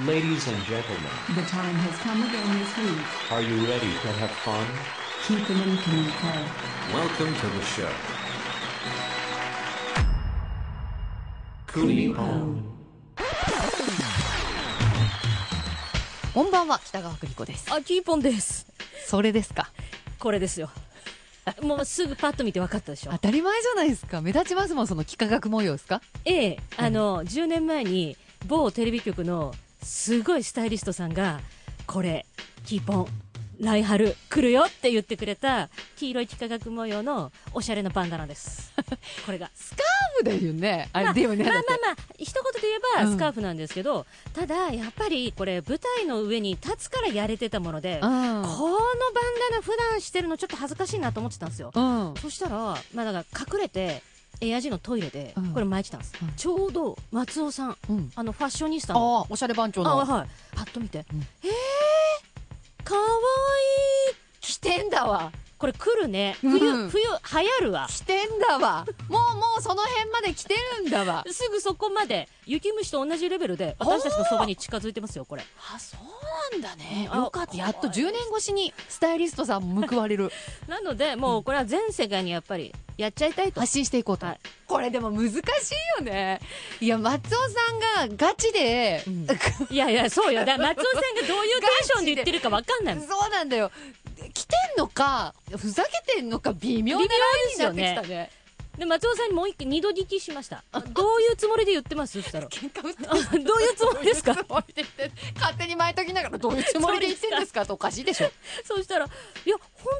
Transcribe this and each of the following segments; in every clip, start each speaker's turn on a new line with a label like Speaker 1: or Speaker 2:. Speaker 1: Ladies and gentlemen,
Speaker 2: The time has come again this week.
Speaker 1: are you ready to have fun?
Speaker 2: Keep them in Kamiko.
Speaker 3: Welcome to the show.
Speaker 1: Kunio.
Speaker 4: こんばんは北川栗子です
Speaker 5: あ、キーポンです。
Speaker 4: それですか
Speaker 5: これですよ。 もうすぐパッと見て分かったでしょ
Speaker 4: 当。たり前じゃないですか目立ちますもんその幾何学模様ですか
Speaker 5: ええ、あの、10年前に某テレビ局のすごいスタイリストさんが、これ、キーポン、来春来るよって言ってくれた黄色い幾何学模様のおしゃれなバンダ ナです。これが。
Speaker 4: スカーフだよねあれ
Speaker 5: まあ
Speaker 4: だよね
Speaker 5: まあま
Speaker 4: だって
Speaker 5: あまあ、一言で言え
Speaker 4: う
Speaker 5: ば
Speaker 4: ん
Speaker 5: スカーフなんですけど、ただやっぱりこれ舞台の上に立つからやれてたもので、この
Speaker 4: うん
Speaker 5: バンダナ普段してるのちょっと恥ずかしいなと思ってたんですよ。
Speaker 4: うん
Speaker 5: そしたら、まあ、だから隠れて、エアジのトイレで
Speaker 4: うん、
Speaker 5: これ巻いてたんです。
Speaker 4: うん
Speaker 5: ちょうど、松尾さん、
Speaker 4: うん
Speaker 5: あの、ファッショニスタの、
Speaker 4: ああおしゃれ番長
Speaker 5: あ、
Speaker 4: の
Speaker 5: はい、パッと見て、
Speaker 4: うん
Speaker 5: えー、かわいい。
Speaker 4: 着てんだわ
Speaker 5: これ来るね。
Speaker 4: うん
Speaker 5: 冬、冬、流行るわ。
Speaker 4: 着てんだわもうもうその辺まで着てるんだわ
Speaker 5: すぐそこまで、雪虫と同じレベルで、
Speaker 4: ほう
Speaker 5: 私たちのそばに近づいてますよ、これ。
Speaker 4: あそうなんだね
Speaker 5: あ
Speaker 4: よかったやっと
Speaker 5: かわい
Speaker 4: 10
Speaker 5: い
Speaker 4: 年越しにスタイリストさんも報われる
Speaker 5: なので、もうこれは全世界にやっぱり、やっちゃいたいと。
Speaker 4: 発信していこうと、
Speaker 5: はい
Speaker 4: これでも難しいよねいや松尾さんがガチで、
Speaker 5: うんいやいや、そうよ。だから松尾さんがどういうテンションで言ってるかわかんないもん。
Speaker 4: そうなんだよ。来てんのか、ふざけてんのか、微妙なラインになってきたね。
Speaker 5: で、松尾さんにもう一回、二度聞きしました。どういうつもりで言ってますそしたら。
Speaker 4: 喧嘩売って
Speaker 5: あどういうつもりですか
Speaker 4: どういうつもりで言って勝手に前ときながらどういうつもりで言ってんですかっておかしいでしょ。
Speaker 5: そうしたら、いや、本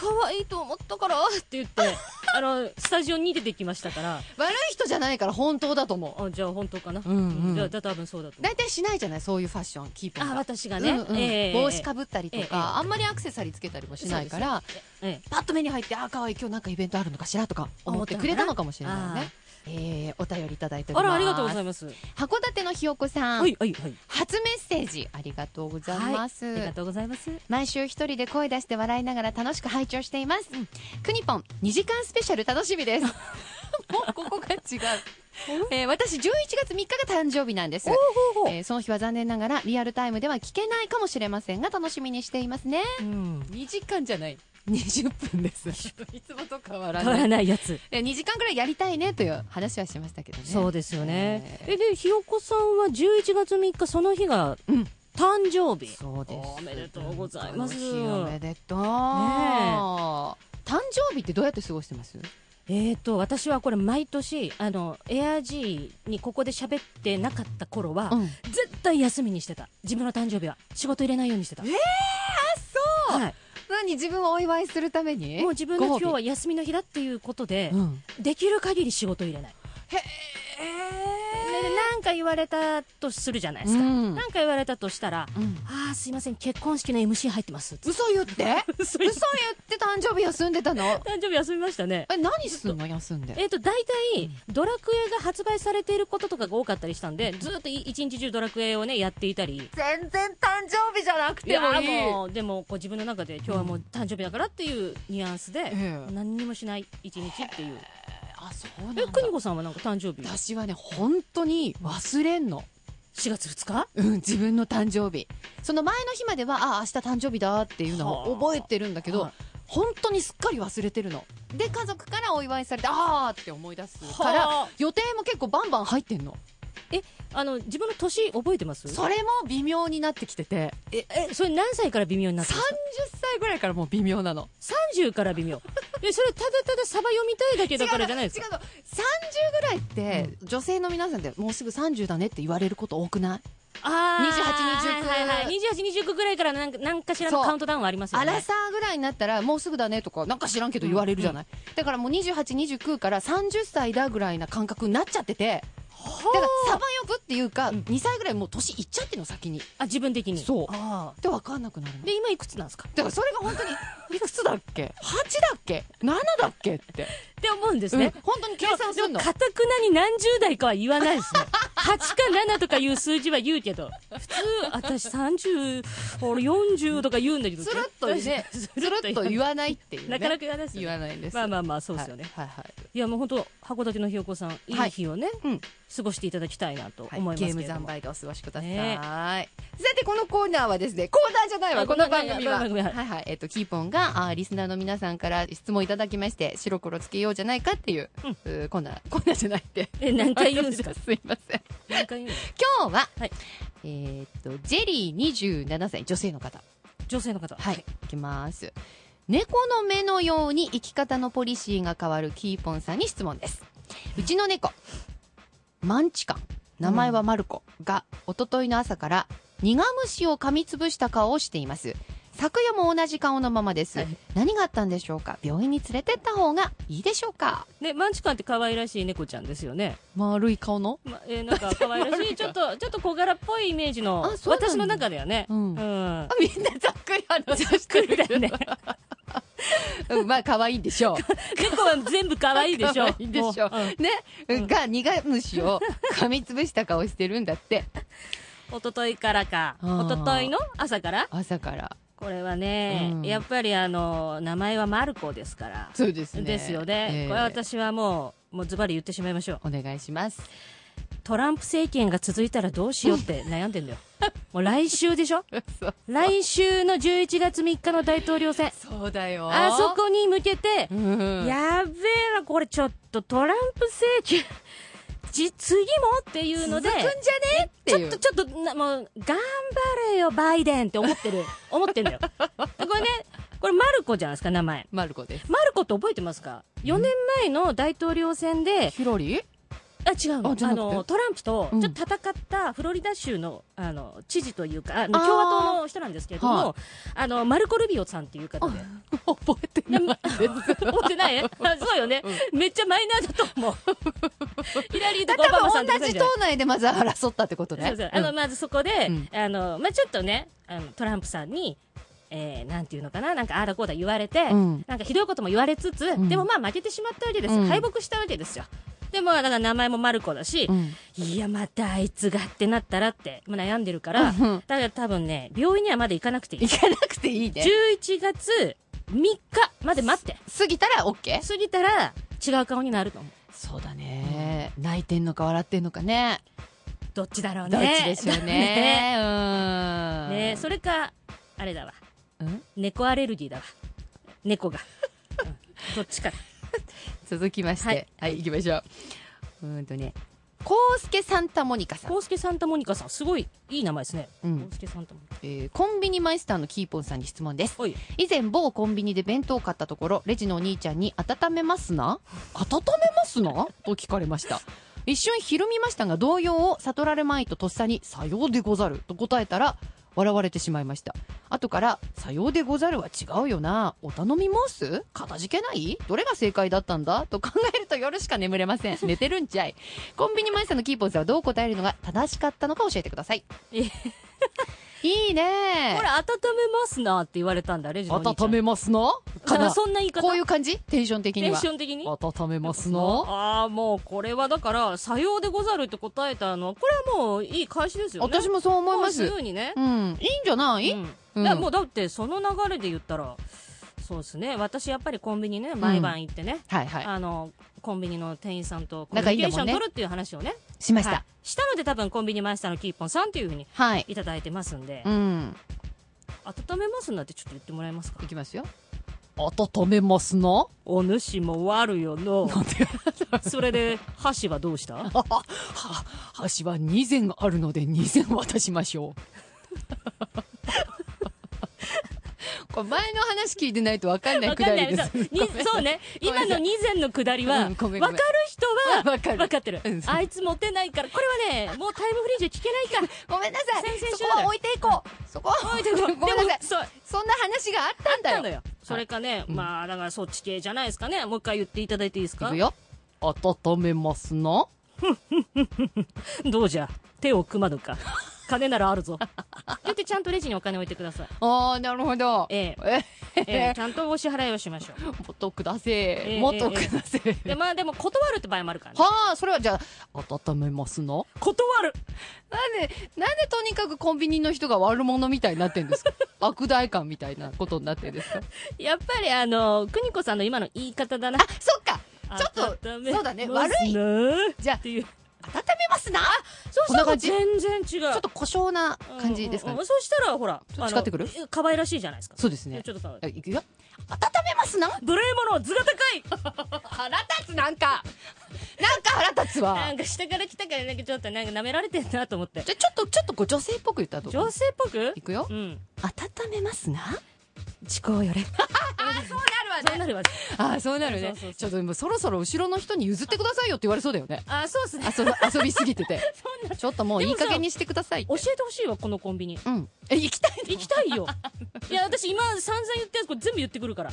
Speaker 5: 当可愛いと思ったから、って言って、 あの、スタジオに出てきましたから、
Speaker 4: 悪い人じゃないから本当だと思う。
Speaker 5: あじゃあ本当かな。
Speaker 4: うんうん
Speaker 5: じゃあ、だ多分そうだと思う。
Speaker 4: 大体しないじゃないそういうファッション、キープ
Speaker 5: あ、
Speaker 4: が。
Speaker 5: 私がね、
Speaker 4: うんうん
Speaker 5: ええ
Speaker 4: 帽子かぶったりとか、
Speaker 5: ええええ
Speaker 4: あんまりアクセサリーつけたりもしないから、
Speaker 5: ええ
Speaker 4: パッと目に入って、あ、可愛い今日なんかイベントあるのかしらとか思ってくれたのかもしれないよね。えー、お便りいただいております。
Speaker 5: あら、ありがとうございます。
Speaker 4: 函館のひよこさん。
Speaker 5: はい、はい、はい。
Speaker 4: 初メッセージありがとうございます、
Speaker 5: はいありがとうございます。
Speaker 4: 毎週一人で声出して笑いながら楽しく拝聴しています、くにぽん2時間スペシャル楽しみです もうここが違う、 えー私11月3日が誕生日なんです
Speaker 5: ほうほう
Speaker 4: えーその日は残念ながらリアルタイムでは聞けないかもしれませんが楽しみにしていますね
Speaker 5: うん。
Speaker 4: 2時間じゃない20分です いつもと変わら
Speaker 5: 変わらないやつ。
Speaker 4: 2時間くらいやりたいねという話はしましたけどね
Speaker 5: そうですよね。
Speaker 4: え
Speaker 5: え、で、ひよこさんは11月3日、その日が、
Speaker 4: うん
Speaker 5: 誕生日。
Speaker 4: そうです。
Speaker 5: おめでとうございます
Speaker 4: 楽しいおめでとう。誕生日ってどうやって過ごしてます？
Speaker 5: えー、と私はこれ毎年あのエアジーにここで喋ってなかった頃は、
Speaker 4: うん
Speaker 5: 絶対休みにしてた自分の誕生日は仕事入れないようにしてたえあそう、は
Speaker 4: 何自分をお祝いするために？
Speaker 5: い、もう自分が今日
Speaker 4: ご褒
Speaker 5: は休みの日だっていうことで
Speaker 4: 美、うん
Speaker 5: できる限り仕事入れないででなんか言われたとするじゃないですか、
Speaker 4: うん
Speaker 5: なんか言われたとしたら「
Speaker 4: うん
Speaker 5: ああすいません結婚式の MC 入ってます」
Speaker 4: 嘘言って？嘘
Speaker 5: 嘘
Speaker 4: 言
Speaker 5: 言
Speaker 4: っ
Speaker 5: って
Speaker 4: て誕生日休んでたの？
Speaker 5: 誕生日休みましたね
Speaker 4: え何すんの休んで？
Speaker 5: えっ、と、大体、ドラクエが発売されていることとかが多かったりしたんで、ずーっとい一日中ドラクエをね、やっていたり。
Speaker 4: 全然誕生日じゃなくてもいい。
Speaker 5: やもうでもこう自分の中で今日はもう誕生日だからっていうニュアンスで、
Speaker 4: ええ
Speaker 5: 何にもしない一日っていう
Speaker 4: あそうなんだ
Speaker 5: え邦子さんはなんか誕生日
Speaker 4: 私はね本当に忘れんの。
Speaker 5: 4月2日
Speaker 4: うん、自分の誕生日。その前の日までは、あ、明日誕生日だっていうのを覚えてるんだけど、
Speaker 5: は
Speaker 4: 本当にすっかり忘れてるの。で、家族からお祝いされて、あーって思い出すから、
Speaker 5: はあ
Speaker 4: 予定も結構バンバン入ってんの。
Speaker 5: あの自分の年覚えてます
Speaker 4: それも微妙になってきてて、
Speaker 5: ええそれ何歳から微妙になっ
Speaker 4: 30
Speaker 5: てるんですか
Speaker 4: 歳ぐらいからもう微妙なの。
Speaker 5: 30から 微妙えそれただただサバ読みたいだけだからじゃないですか
Speaker 4: 違うの。違うの30ぐらいって、女性の皆さんってもうすぐ30だねって言われること多くない
Speaker 5: あ
Speaker 4: 28 29
Speaker 5: はいはい、はい、2829ぐらいからなんかなんかしらの
Speaker 4: そう
Speaker 5: カウントダウンはありますよ
Speaker 4: ア
Speaker 5: ね
Speaker 4: ラサーぐらいになったら、もうすぐだねとか、なんか知らんけど言われるじゃない。だからもう28、29から30歳だぐらいな感覚になっちゃってて、だからサバ呼ぶっていうか、
Speaker 5: うん
Speaker 4: 2歳ぐらいもう年いっちゃってんの先に。
Speaker 5: あ自分的に
Speaker 4: そう
Speaker 5: あ
Speaker 4: で、わかんなくなるの。
Speaker 5: ーで今いくつなんですか
Speaker 4: だからそれが本当に、いくつだっけ ?8 だっけ ?7 だっけって。
Speaker 5: って思うんです
Speaker 4: うん
Speaker 5: ね。
Speaker 4: 本当に計算するの。
Speaker 5: かたくなに何十代かは言わないですね。8か7とかいう数字は言うけど、普通、私30、俺40とか言うんだけど、
Speaker 4: スルッと ね、
Speaker 5: 絶
Speaker 4: ス
Speaker 5: 対
Speaker 4: ルッと言わないっていう、ね。
Speaker 5: なかなか言わないですよね
Speaker 4: 言わないんです。
Speaker 5: まあまあまあ、そうですよね。い、
Speaker 4: はい、はい、はい。
Speaker 5: や、もう本当、函館のひよこさん、いい日をね、
Speaker 4: うん
Speaker 5: 過ごしていただきたいなと
Speaker 4: はい
Speaker 5: 思いますけ
Speaker 4: ゲー
Speaker 5: れども。
Speaker 4: ム三昧でお過ごしください、
Speaker 5: ね
Speaker 4: さてこのコーナーはですねコーナーじゃないわ
Speaker 5: あ
Speaker 4: この番組は
Speaker 5: ごめんごめんごめん
Speaker 4: はいはいえっ、とキーポンがあーリスナーの皆さんから質問いただきまして白黒つけようじゃないかっていう,、うーコーナ ーコーナーじゃないって
Speaker 5: え、何回言うんです か
Speaker 4: すいません
Speaker 5: 何回言うんですか
Speaker 4: 今日は、
Speaker 5: はい
Speaker 4: えっ、とジェリー27歳女性の方
Speaker 5: 女性の方。
Speaker 4: はい、いきます。猫の目のように生き方のポリシーが変わるキーポンさんに質問です。うちの猫、マンチカン、名前はマルコが、一昨日の朝から、苦虫を噛みつぶした顔をしています。昨夜も同じ顔のままです。
Speaker 5: はい
Speaker 4: 何があったんでしょうか病院に連れてった方がいいでしょうか
Speaker 5: ね、マンチカンって可愛らしい猫ちゃんですよね。
Speaker 4: 丸い顔の
Speaker 5: ま、え ーなんか可愛らしい、ちょっと、ちょっと小柄っぽいイメージの、
Speaker 4: あそうなんだ
Speaker 5: 私の中ではね。
Speaker 4: うん
Speaker 5: うん
Speaker 4: あ。みんなざっくり話してるけど
Speaker 5: ざっく
Speaker 4: うんまあ、可愛いんでしょう。
Speaker 5: 猫は全部可愛いでしょ。
Speaker 4: 可愛いでしょ
Speaker 5: もううん
Speaker 4: ね、
Speaker 5: うん
Speaker 4: が苦虫を噛みつぶした顔してるんだって
Speaker 5: 一昨日からか。
Speaker 4: あー
Speaker 5: 一昨日の朝から
Speaker 4: 朝から
Speaker 5: これはね、
Speaker 4: うん
Speaker 5: やっぱりあの、名前はマルコですから。
Speaker 4: そうですね
Speaker 5: ですよね。
Speaker 4: ええ
Speaker 5: これは私はもう、もうズバリ言ってしまいましょう。
Speaker 4: お願いします
Speaker 5: トランプ政権が続いたらどうしよう って悩んでんだよ。もう来週でしょ
Speaker 4: そう
Speaker 5: 来週の11月3日の大統領選。
Speaker 4: そうだよ
Speaker 5: あそこに向けて、
Speaker 4: うん
Speaker 5: やべえな、これちょっとトランプ政権、 じ、次もっていうので、
Speaker 4: 続くんじゃねって
Speaker 5: ち
Speaker 4: い
Speaker 5: ょっ
Speaker 4: う
Speaker 5: と、ちょっと、なもう、頑張れよ、バイデンって思っ てる、思ってんだよ。これね、これマルコじゃないですか、名前。
Speaker 4: マルコです
Speaker 5: マルコって覚えてますか ?4 年前の大統領選で、
Speaker 4: ヒロリー
Speaker 5: あ、違うの。
Speaker 4: あ
Speaker 5: あ
Speaker 4: じゃなくて
Speaker 5: の、トランプと、
Speaker 4: うん
Speaker 5: ちょっと戦ったフロリダ州の、あの、知事というか、あの
Speaker 4: あー
Speaker 5: 共和党の人なんですけれど
Speaker 4: は
Speaker 5: も、あの、マルコ・ルビオさんっていう方で。
Speaker 4: 覚えて
Speaker 5: で
Speaker 4: ないです
Speaker 5: 思ってないあそうよね、めっちゃマイナーだと 思う。ヒラリーとかオバマさ
Speaker 4: 多
Speaker 5: んと
Speaker 4: 分
Speaker 5: か
Speaker 4: 同
Speaker 5: そう
Speaker 4: じ
Speaker 5: じゃない
Speaker 4: 党内でまず争ったってことね
Speaker 5: そうそうあの、まずそこで、
Speaker 4: うん
Speaker 5: あの、まあ、ちょっとね、あの、トランプさんに、えー、なんていうのかな、なんかああだこうだ言われて、
Speaker 4: うん
Speaker 5: なんかひどいことも言われつつ、
Speaker 4: ん
Speaker 5: でもまあ負けてしまったわけですよ。
Speaker 4: うん
Speaker 5: 敗北したわけですよ。でも、だから名前もマルコだし、
Speaker 4: うん
Speaker 5: いや、またあいつがってなったらって、まあ、悩んでるから、
Speaker 4: うんうん
Speaker 5: だから多分ね、病院にはまだ行かなくていい。
Speaker 4: 行かなくていいね
Speaker 5: 11月3日まで待って。
Speaker 4: 過ぎたら OK
Speaker 5: 過ぎたら、違う顔になると思う。
Speaker 4: そうだね泣いてんのか笑ってんのかね
Speaker 5: どっちだろうね。
Speaker 4: どっちで しょうねうん
Speaker 5: ねそれか、あれだわ。
Speaker 4: うん
Speaker 5: 猫アレルギーだわ。猫が。うんどっ ちかだ。
Speaker 4: 続きまして、
Speaker 5: は
Speaker 4: はいい、行きましょう。うーんとね、コウスケサンタモニカさん、
Speaker 5: コウスケサンタモニカさん、すごいいい名前ですね。
Speaker 4: うん
Speaker 5: コウスケサンタモニカ。
Speaker 4: えーコンビニマイスターのキーポンさんに質問です。
Speaker 5: はい。
Speaker 4: 以前某コンビニで弁当を買ったところ、レジのお兄ちゃんに温めますな温めますなと聞かれました。一瞬ひるみましたが、動揺を悟られまいととっさに、さようでござると答えたら、笑われてしまいました。後から、さようでござるは違うよな。お頼み申すかたじけないどれが正解だったんだと考えると夜しか眠れません。寝てるんちゃい。コンビニマイスターのキーポンさんはどう答えるのが正しかったのか教えてください。
Speaker 5: え
Speaker 4: いいね
Speaker 5: これ、温めますなって言われたんだ、レジのお兄ちゃん。
Speaker 4: 温めますなかな
Speaker 5: あそんな言い方。
Speaker 4: こういう感じテンション的
Speaker 5: テ
Speaker 4: に
Speaker 5: ン
Speaker 4: は
Speaker 5: ション的に。
Speaker 4: 温めますな
Speaker 5: ああ、もうこれはだから、さようでござるって答えたのは、これはもういい返しですよね。
Speaker 4: 私もそう思いま
Speaker 5: もう
Speaker 4: す
Speaker 5: すぐにね
Speaker 4: う。んいいんじゃない、
Speaker 5: うん
Speaker 4: うん
Speaker 5: だからもうだって、その流れで言ったら、そうですね。私やっぱりコンビニね、毎晩行ってね、
Speaker 4: はいはい
Speaker 5: あの、コンビニの店員さんとコミュ
Speaker 4: 仲い
Speaker 5: ニ
Speaker 4: いん
Speaker 5: ケ
Speaker 4: だもん
Speaker 5: ーション
Speaker 4: ね
Speaker 5: 取るっていう話をね、
Speaker 4: しまし
Speaker 5: はい
Speaker 4: た
Speaker 5: したので多分コンビニマイスターのキーポンさんっていうふうに
Speaker 4: はい、
Speaker 5: いただいてますんで
Speaker 4: う、ん
Speaker 5: 温めますなんてちょっと言ってもらえますか
Speaker 4: いきますよ温めますな
Speaker 5: お主も悪よの。それで、箸はど うした
Speaker 4: は箸は2膳あるので2膳渡しまし ょうこれ前の話聞いてないと分かんない
Speaker 5: わ
Speaker 4: く
Speaker 5: か
Speaker 4: だ
Speaker 5: んな
Speaker 4: り
Speaker 5: い。
Speaker 4: で
Speaker 5: そう
Speaker 4: す
Speaker 5: にそうね。
Speaker 4: ごめんな
Speaker 5: 今の
Speaker 4: さい
Speaker 5: 二膳の下りは、
Speaker 4: うん
Speaker 5: わ
Speaker 4: ご
Speaker 5: か
Speaker 4: めん
Speaker 5: る
Speaker 4: ごめん
Speaker 5: 人は、
Speaker 4: わかる
Speaker 5: わかってる
Speaker 4: うん。そう
Speaker 5: あいつモテないから、これはね、もうタイムフリーじゃ聞けないか。
Speaker 4: ごめんなさい
Speaker 5: 先々
Speaker 4: そ
Speaker 5: 週
Speaker 4: こは置いていこうそこは
Speaker 5: おいでも、で も
Speaker 4: ごめんなさい
Speaker 5: そう、
Speaker 4: そんな話があったんだ
Speaker 5: な
Speaker 4: よ
Speaker 5: のよ。それかね、まあ、だからそっち系じゃないですかね。もう一回言っていただいていいです
Speaker 4: い
Speaker 5: か
Speaker 4: くよ温めますな
Speaker 5: どうじゃ手を組まぬか。金ならあるぞ。って言ってちゃんとレジにお金置いてく ださい。
Speaker 4: ああ、なるほど。
Speaker 5: ええ
Speaker 4: え
Speaker 5: ええちゃんとお支払いをしましょう。
Speaker 4: もっとくだせ
Speaker 5: え
Speaker 4: え。
Speaker 5: え
Speaker 4: もっとくだ せえ。
Speaker 5: で、まあでも断るって場合もあるからね。
Speaker 4: はあ、それはじゃあ、温めますな。
Speaker 5: 断る
Speaker 4: なんで、なんでとにかくコンビニの人が悪者みたいになってん ですか悪代官みたいなことになってんですか
Speaker 5: やっぱりあの、邦子さんの今の言い方だな
Speaker 4: あ。、そっかちょっと
Speaker 5: 温め
Speaker 4: そうだね
Speaker 5: ます
Speaker 4: 悪い
Speaker 5: な
Speaker 4: じゃあ
Speaker 5: っていう。
Speaker 4: 温めますな
Speaker 5: そう
Speaker 4: こんな感じ
Speaker 5: 全然違う。ち
Speaker 4: ちょっと故障な感じですかね。
Speaker 5: そうしたら、ほら、
Speaker 4: ちょっと使ってくる
Speaker 5: あの可愛らしいじゃないですか。
Speaker 4: そうですね
Speaker 5: ちょっとさ
Speaker 4: あ、いくよ。温めますな
Speaker 5: 無礼者、図が高い
Speaker 4: 腹立つなんかなんか腹立つ
Speaker 5: な
Speaker 4: わ
Speaker 5: んか下から来たから、なんかちょっとなんか舐められてんなと思って。
Speaker 4: じゃあちょっと、ちょっとこう女性っぽく言ったらどうかな
Speaker 5: 女性っぽく
Speaker 4: いくよ
Speaker 5: う。ん。
Speaker 4: 温めますな
Speaker 5: 時効よれ。そうなるわね。
Speaker 4: ああ、そうなるね
Speaker 5: そうそうそう。
Speaker 4: ちょっともうそろそろ後ろの人に譲ってくださいよって言われそうだよ ね。
Speaker 5: あ、そうっすね。
Speaker 4: 遊び遊びすぎてて。ちょっともういい加減にしてくださいって
Speaker 5: 教。えてほしいわ、このコンビニ。
Speaker 4: うん。え、行きたいの
Speaker 5: 行きたい よ。いや、私今散々言ったやつ、これ全部言ってくるから。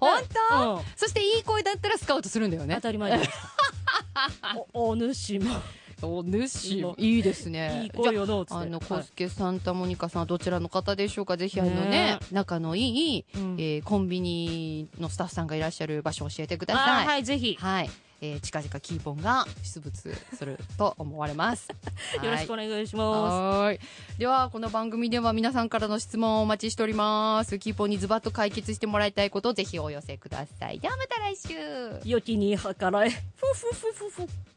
Speaker 4: 本当、
Speaker 5: うん
Speaker 4: そしていい声だったらスカウトするんだよね
Speaker 5: 当。たり前じゃ ないですか。お、お主も。
Speaker 4: お主
Speaker 5: も
Speaker 4: いいですね。
Speaker 5: いい声よのうつ
Speaker 4: じゃ
Speaker 5: っ
Speaker 4: あ
Speaker 5: て
Speaker 4: あの、
Speaker 5: はい
Speaker 4: コスケサンタモニカさんはどちらの方でしょうかぜひあのね
Speaker 5: ね、
Speaker 4: 仲のいい、
Speaker 5: うん
Speaker 4: えーコンビニのスタッフさんがいらっしゃる場所を教えてくだ
Speaker 5: あ
Speaker 4: さ
Speaker 5: ー
Speaker 4: い。
Speaker 5: はい、ぜひ。
Speaker 4: はい。えー近々キーポンが出物すると思われます。
Speaker 5: よろしくお願いしま
Speaker 4: はーい。では、この番組では皆さんからの質問をお待ちしております。キーポンにズバッと解決してもらいたいことをぜひお寄せください。ではまた来週
Speaker 5: す。良きに計らえ。ふんふんふんふんふん。